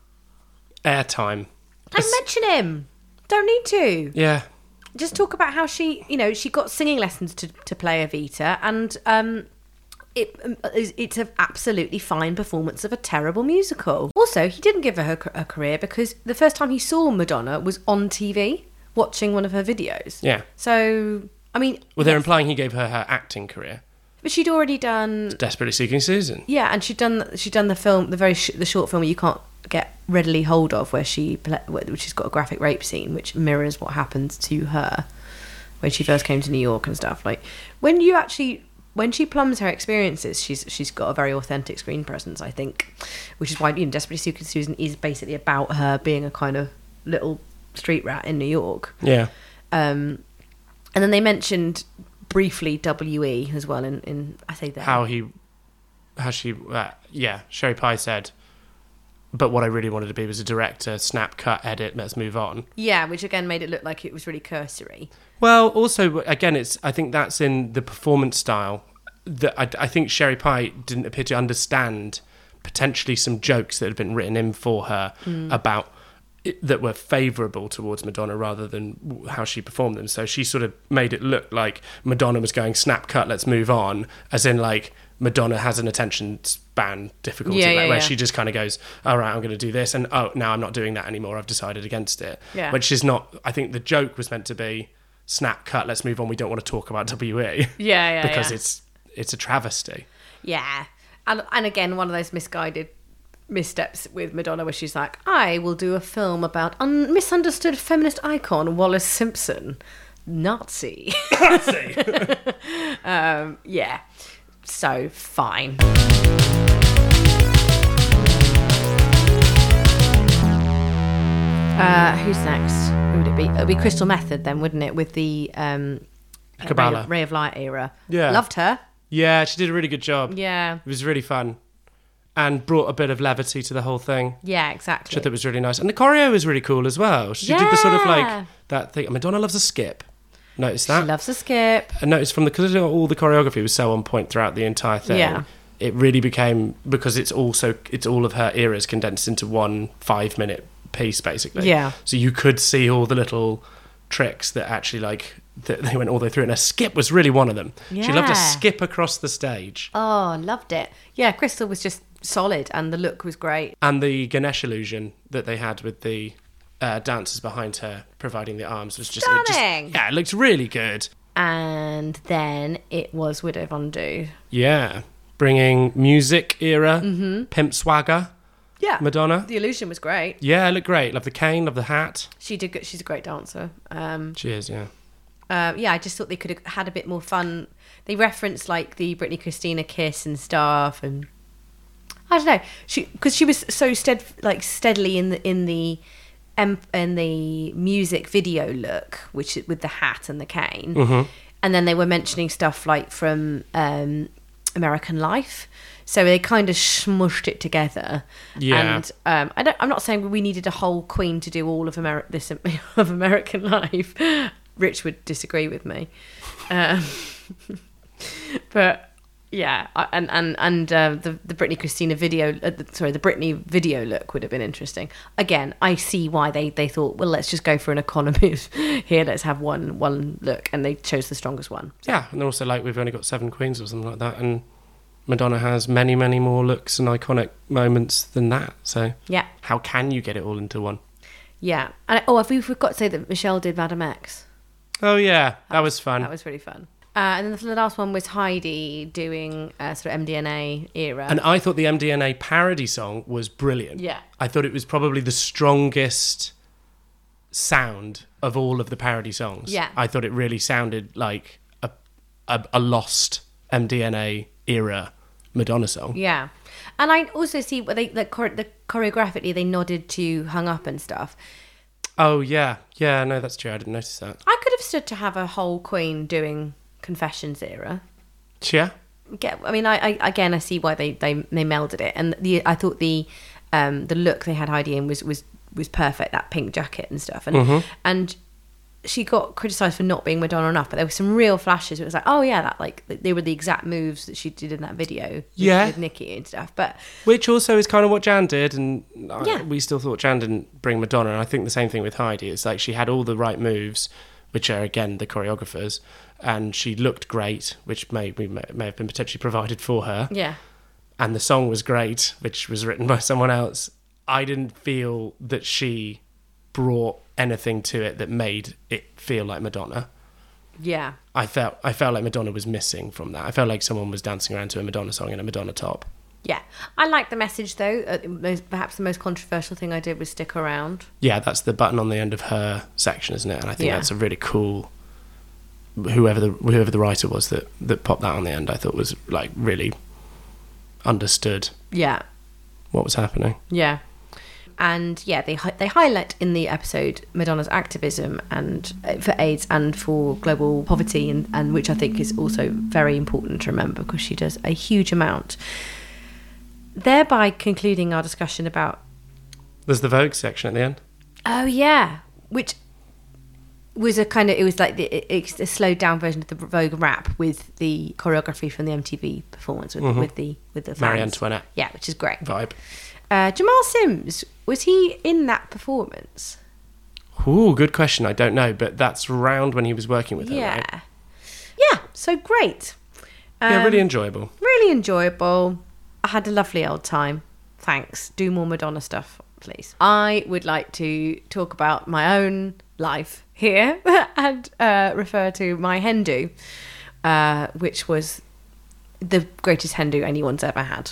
airtime.
Don't mention him. Don't need to.
Yeah.
Just talk about how she, you know, she got singing lessons to, to play Evita, and um, it, um, is- it's an absolutely fine performance of a terrible musical. Also, he didn't give her her ca- a career because the first time he saw Madonna was on TV watching one of her videos.
Yeah.
So, I mean,
Well, they're
yes,
implying he gave her her acting career.
but she'd already done
Desperately Seeking Susan.
yeah, and she'd done she'd done the film, the very sh- the short film you can't get readily hold of, where she pla- wh- which has got a graphic rape scene, which mirrors what happened to her when she first came to New York and stuff. Like when you actually when she plumbs her experiences, she's she's got a very authentic screen presence, I think, which is why you know, Desperately Seeking Susan is basically about her being a kind of little street rat in New York.
Yeah.
Um, and then they mentioned briefly W.E. as well in, in I say that
How he, how she, uh, yeah, Sherry Pie said, but what I really wanted to be was a director, snap, cut, edit, let's move on.
Yeah, which again made it look like it was really cursory.
Well, also, again, it's I think that's in the performance style that I, I think Sherry Pie didn't appear to understand potentially some jokes that had been written in for her
Mm.
about that were favourable towards Madonna rather than w- how she performed them. So she sort of made it look like Madonna was going snap cut, let's move on, as in like Madonna has an attention span difficulty,
Yeah,
like,
yeah,
where
yeah.
she just kind of goes, all right, I'm going to do this, and oh, now I'm not doing that anymore. I've decided against it.
Yeah.
Which is not. I think the joke was meant to be snap cut. Let's move on. We don't want to talk about WE. Yeah,
yeah,
because
yeah.
it's it's a travesty.
Yeah. And and again one of those misguided missteps with Madonna where she's like, "I will do a film about un- misunderstood feminist icon Wallace Simpson, Nazi." um, yeah. So fine. Uh, who's next? Who would it be? It would be Crystal Method then, wouldn't it? With the um, uh, Ray,
Kabbalah.
of, Ray of Light era.
Yeah.
Loved her.
Yeah, she did a really good job.
Yeah.
It was really fun, and brought a bit of levity to the whole thing.
Yeah,
Which I
exactly.
thought was really nice, and the choreo was really cool as well. She did the sort of
Yeah.
like that thing. Madonna loves a skip. Notice that.
She loves a skip.
I noticed from the because all the choreography was so on point throughout the entire thing.
Yeah.
It really became because it's also it's all of her eras condensed into one five minute piece basically.
Yeah.
So you could see all the little tricks that actually like that they went all the way through, and a skip was really one of them. She loved
Yeah.
to skip across the stage,
Oh, loved it. Yeah, Crystal was just solid and the look was great.
and the Ganesh illusion that they had with the. Uh, dancers behind her providing the arms was just, it just-
Stunning.
yeah it looked really good
And then it was Widow Von Du.
yeah bringing music era
Mm-hmm.
pimp swagger
Yeah.
Madonna.
The illusion was great.
Yeah, look great. Love the cane, love the hat.
She did good. She's a great dancer. Um,
Cheers, yeah.
uh, yeah, I just thought they could have had a bit more fun. They referenced like the Britney Christina kiss and stuff and I don't know. She because she was so stead like steadily in the in the em- in the music video look, which with the hat and the cane, and then they were mentioning stuff like from um, American Life. So they kind of smushed it together.
Yeah.
And um, I don't, I'm not saying we needed a whole queen to do all of Ameri- this of American Life. Rich would disagree with me Um, but yeah, I- and and and uh, the the Britney Christina video, uh, the, sorry, the Britney video look would have been interesting. Again, I see why they they thought, well, let's just go for an economy here. Let's have one one look, and they chose the strongest one.
Yeah, and also like we've only got seven queens or something like that, and Madonna has many, many more looks and iconic moments than that. So
Yeah,
how can you get it all into one?
yeah. And oh, have we forgot to say that Michelle did Madame X?
Oh yeah, that was fun.
That was really fun. Uh, and then the last one was Heidi doing uh, sort of MDNA era.
and I thought the MDNA parody song was brilliant.
Yeah.
I thought it was probably the strongest sound of all of the parody songs.
Yeah.
I thought it really sounded like a a, a lost MDNA era Madonna song.
Yeah, and I also see where they like chore- the choreographically they nodded to "Hung Up" and stuff.
Oh yeah, yeah. No, that's true. I didn't notice that.
I could have stood to have a whole queen doing confessions era.
Yeah,
Get, I mean, I, I again, I see why they, they, they melded it, and the I thought the um, the look they had Heidi in was was was perfect. That pink jacket and stuff, and and she got criticised for not being Madonna enough, but there were some real flashes. It was like, oh yeah, that like they were the exact moves that she did in that video, with-
Yeah.
with Nikki and stuff. But
which also is kind of what Jan did, and uh, I,
Yeah.
we still thought Jan didn't bring Madonna. And I think the same thing with Heidi. It's like she had all the right moves, which are again the choreographers, and she looked great, which may we may, may have been potentially provided for her.
Yeah.
And the song was great, which was written by someone else. I didn't feel that she brought anything to it that made it feel like Madonna.
Yeah.
I felt I felt like Madonna was missing from that. I felt like someone was dancing around to a Madonna song in a Madonna top.
Yeah. I like the message though. Uh, it was perhaps the most controversial thing I did was stick around.
Yeah, that's the button on the end of her section, isn't it? And I think
Yeah.
that's a really cool. Whoever the whoever the writer was that that popped that on the end, I thought was like really understood
Yeah.
what was happening.
Yeah. And yeah, they hi- they highlight in the episode Madonna's activism and uh, for AIDS and for global poverty, and, and which I think is also very important to remember because she does a huge amount. Thereby concluding our discussion about
There's the Vogue section at the end.
oh yeah, which was a kind of it was like the it- it's a slowed down version of the Vogue rap with the choreography from the MTV performance with, with the with the fans.
Mm-hmm. Marie Antoinette.
Yeah, which is great.
Vibe.
Uh, Jamal Sims was he in that performance?
Ooh, good question. I don't know, but that's round when he was working with her.
Yeah.
right?
Yeah, so great.
yeah,
um,
really enjoyable.
Really enjoyable. I had a lovely old time. Thanks. Do more Madonna stuff, please. I would like to talk about my own life here and uh, refer to my Hindu, uh, which was the greatest Hindu anyone's ever had.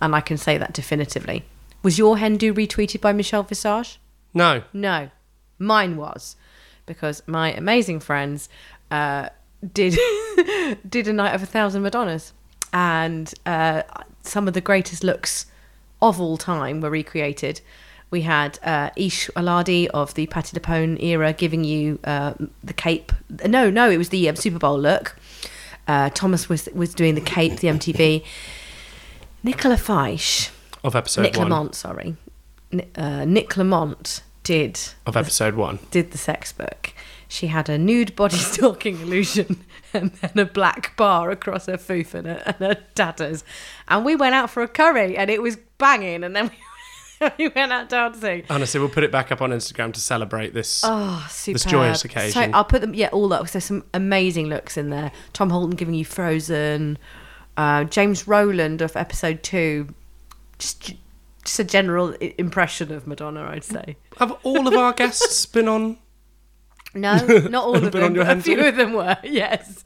And I can say that definitively. Was your Hindu retweeted by Michelle Visage?
No,
No, mine was because my amazing friends uh, did did a night of a thousand Madonnas, and uh, some of the greatest looks of all time were recreated. We had uh, Ish Aladi of the Patti LuPone era giving you uh, the cape. No, no, it was the um, Super Bowl look. Uh, Thomas was was doing the cape, the MTV. Nicola Feisch
of episode
Nick
one.
Lamont, sorry. Ni- Uh, Nick Lamont did
Of episode one.
did the sex book. She had a nude body stalking illusion and then a black bar across her foof and her, and her tatters. And we went out for a curry and it was banging. And then we, we went out dancing.
Honestly, we'll put it back up on Instagram to celebrate this.
Oh, super.
joyous occasion.
So I'll put them, yeah, all up. So some amazing looks in there. Tom Holton giving you Frozen. Uh, James Rowland of episode two. Just, just a general i- impression of Madonna, I'd say.
Have all of our guests been on?
No, not all of
Been on
them.
your
But a
hands
few
too?
of them were, yes.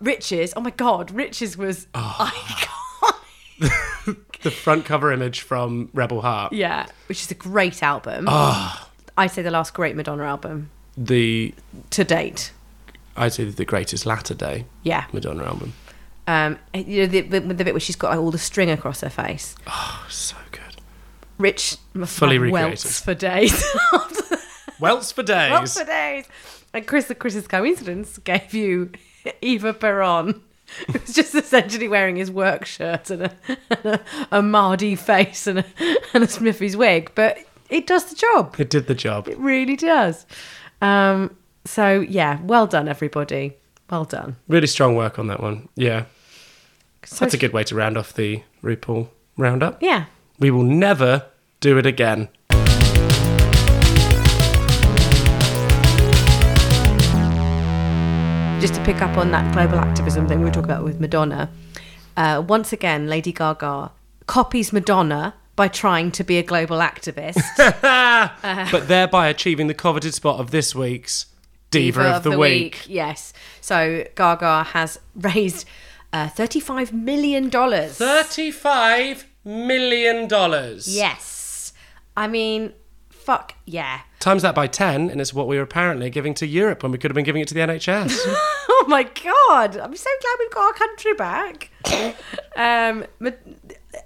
Riches. Oh my God, Riches was
Ah.
iconic.
The front cover image from Rebel Heart.
Yeah, which is a great album.
Ah.
I'd say the last great Madonna album
The
to date.
I'd say the greatest latter day
Yeah.
Madonna album.
Um, you know, the, the, the bit where she's got all the string across her face.
So good.
Rich must
Fully
have had
recreated.
welts for days.
Welts for days.
welts for days. And Chris, the Chris's coincidence, gave you Eva Peron. It was just essentially wearing his work shirt and a, and a, a Mardy face and a, and a Smithy's wig, but it does the job.
It did the job.
It really does. Um, so, yeah, well done, everybody. Well done.
Really strong work on that one. Yeah.
So,
That's a good way to round off the RuPaul roundup.
Yeah.
We will never do it again.
just to pick up on that global activism thing we were talking about with Madonna, uh, once again, Lady Gaga copies Madonna by trying to be a global activist.
But thereby achieving the coveted spot of this week's Diva, of, the, week.
Yes. So Gaga has raised uh, $35 million.
$35 million.
Yes. I mean, fuck yeah.
Times that by 10, and it's what we were apparently giving to Europe when we could have been giving it to the NHS.
Oh my god! I'm so glad we've got our country back. um, but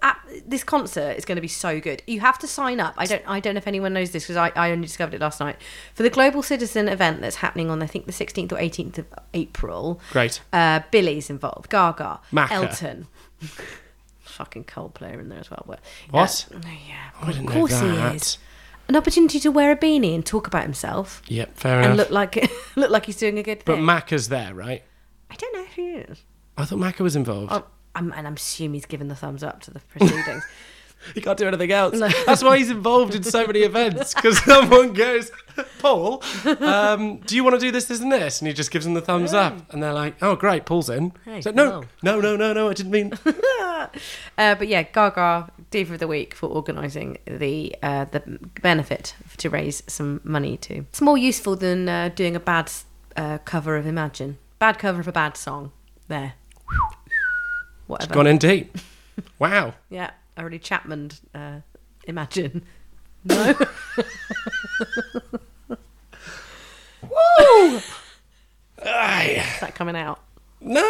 at, this concert is going to be so good. You have to sign up. I don't. I don't know if anyone knows this because I, I only discovered it last night for the Global Citizen event that's happening on I think the 16th or 18th of April.
Great.
Uh, Billy's involved. Gaga.
Macca.
Elton. Fucking Coldplay are in there as well. But,
What? Oh,
Uh, yeah.
I didn't
of course
know that.
he is. An opportunity to wear a beanie and talk about himself
Yep, fair
and
enough.
look like look like he's doing a good
but
thing.
Macca's there, right?
I don't know who he is.
I thought Macca was involved.
I'm, I'm, and I'm assuming he's given the thumbs up to the proceedings.
He can't do anything else. That's why he's involved in so many events because someone goes, Paul, um, do you want to do this, this, and this? And he just gives them the thumbs up, and they're like, Oh, great, Paul's in.
Hey,
so no, no, no, no, no. I didn't mean.
Uh, but yeah, Gaga, Diva of the Week for organising the uh, the benefit to raise some money too. It's more useful than uh, doing a bad uh, cover of Imagine. Bad cover of a bad song. There. Whatever.
Gone in deep. Wow.
Yeah, I already Chapman. Uh, imagine. No.
Aye.
Is that coming out?
No,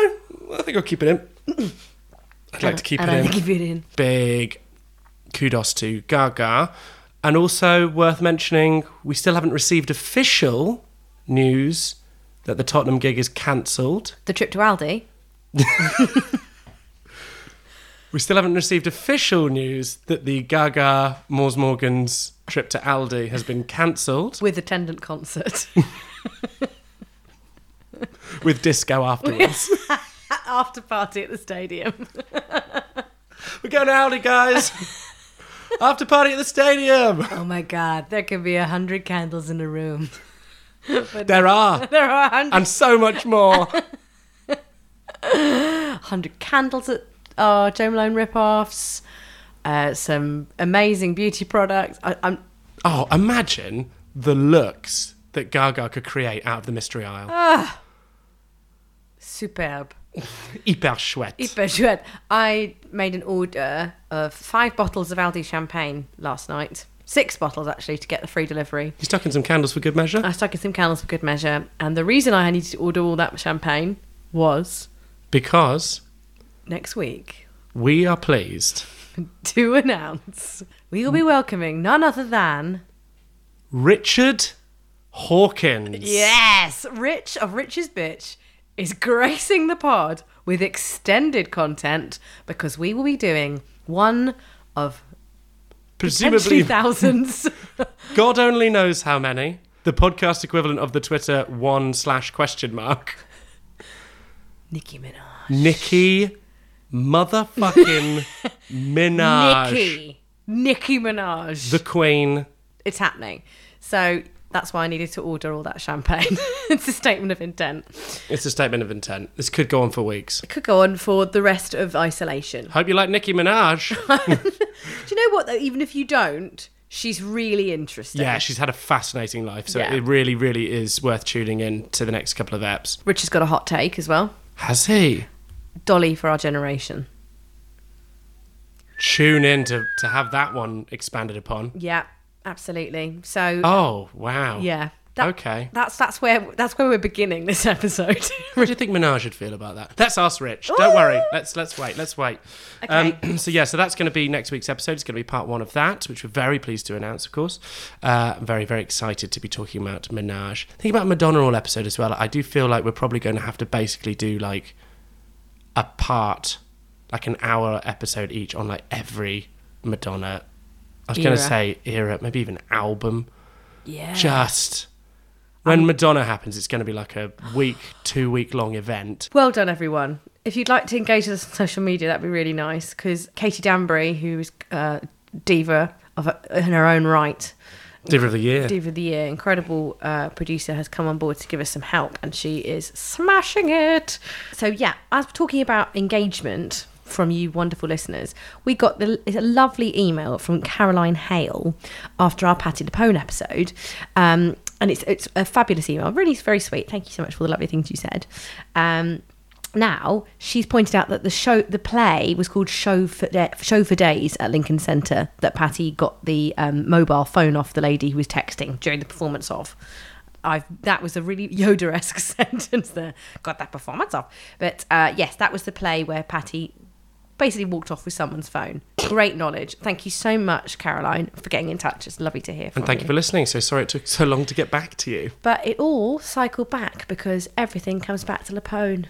I think I'll keep it in. I'd like to keep it
And I
in.
think if it in.
Big kudos to Gaga. And also worth mentioning, we still haven't received official news that the Tottenham gig is cancelled.
The trip to Aldi.
We still haven't received official news that the Gaga Moors Morgan's trip to Aldi has been cancelled
with attendant concert
with disco afterwards.
after party at the stadium.
We're going to Aldi, guys. After party at the stadium.
Oh my god, there could be a hundred candles in a room.
There are.
There are a hundred
And so much more.
hundred candles at our Jo Malone rip-offs. Uh, some amazing beauty products. I, I'm
Oh, imagine the looks that Gaga could create out of the mystery aisle.
superb.
Hyper chouette.
Hyper chouette. I made an order of five bottles of Aldi champagne last night. Six bottles actually to get the free delivery.
You stuck in some candles for good measure.
I stuck in some candles for good measure, and the reason I needed to order all that champagne was
Because
next week
we are pleased.
to announce we will be welcoming none other than
Richard Hawkins.
yes, Rich of Rich's bitch is gracing the pod with extended content because we will be doing one of
Presumably,
potentially thousands.
God only knows how many. The podcast equivalent of the Twitter one slash question mark.
Nicki Minaj.
Nikki motherfucking Minaj.
Nicki. Nicki Minaj.
The Queen.
it's happening. So that's why I needed to order all that champagne. it's a statement of intent.
It's a statement of intent. This could go on for weeks.
Could go on for the rest of isolation.
Hope you like Nicki Minaj.
Do you know what though? Even if you don't, she's really interesting.
Yeah, she's had a fascinating life, so
Yeah.
it really, really is worth tuning in to the next couple of apps.
Rich has got a hot take as well.
Has he?
Dolly for our generation.
Tune in to, to have that one expanded upon.
Yeah, absolutely. So
Oh wow!
yeah.
okay.
That's that's where that's where we're beginning this episode.
How do you think Minaj would feel about that? That's us, Rich. Don't worry. Let's let's wait. Let's wait. Um, so yeah, so that's going to be next week's episode. It's going to be part one of that, which we're very pleased to announce, of course. Uh, I'm very very excited to be talking about Minaj. Think about Madonna all episode as well. I do feel like we're probably going to have to basically do like a part, like an hour episode each on like every Madonna. I was going
Era.
to say era, maybe even album.
yeah.
Just when Madonna happens, it's going to be like a week, two week long event.
Well done, everyone. If you'd like to engage with us on social media, that'd be really nice because Katie Danbury, who is uh, diva of in her own right,
Diva of the year.
diva of the year, incredible uh, producer, has come on board to give us some help, and she is smashing it. So yeah, as we're talking about engagement from you wonderful listeners, we got the, it's a lovely email from Caroline Hale after our Patty Lapone episode. Um, and it's, it's a fabulous email, really very sweet. Thank you so much for the lovely things you said. Um, now she's pointed out that the show the play was called show for, Da- show for days at lincoln centre that patty got the um, mobile phone off the lady who was texting during the performance of I've, that was a really Yoda-esque sentence there. Got that performance off, but uh, yes, that was the play where Patty basically walked off with someone's phone. Great knowledge. Thank you so much, Caroline, for getting in touch. It's lovely to hear from
And thank you for listening. So sorry it took so long to get back to you.
But it all cycled back because everything comes back to Lapone.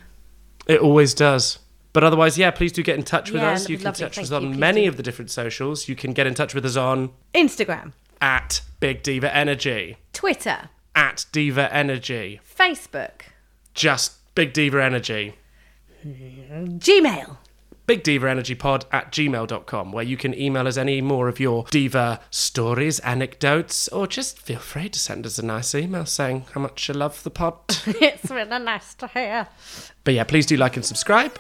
It always does. But otherwise, yeah, please do get in touch with
Yeah,
us. You can
lovely.
touch
Thank
us
you.
on
Please
many
do.
of the different socials. You can get in touch with us on
Instagram,
at Big Diva Energy,
Twitter,
at Diva Energy,
Facebook.
just Big Diva Energy.
Gmail.
bigdivaenergypod at gmail.com, where you can email us any more of your diva stories, anecdotes, or just feel free to send us a nice email saying how much you love the pod.
it's really nice to hear.
but yeah, please do like and subscribe.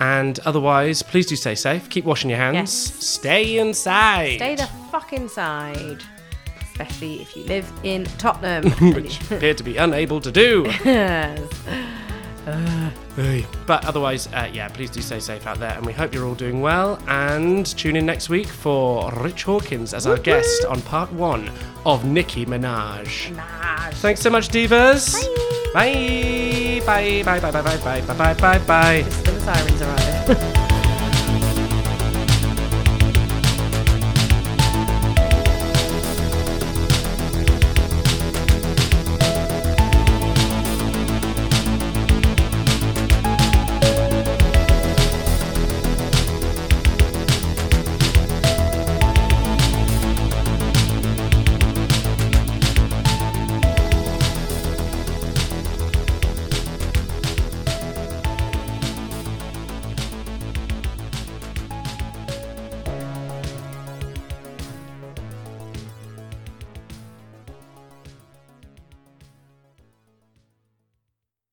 And otherwise, please do stay safe. Keep washing your hands.
Yes.
Stay inside.
Stay the fuck inside. Especially if you live in Tottenham.
which you appear to be unable to do.
Yes.
Hey. But otherwise, uh, yeah, please do stay safe out there, and we hope you're all doing well. And tune in next week for Rich Hawkins as our guest on part one of Nicki Minaj. Thanks so much, divas. Bye. Bye. Bye. Bye. Bye. Bye. Bye. Bye. Bye. Bye. Bye.
Just when the sirens arrive.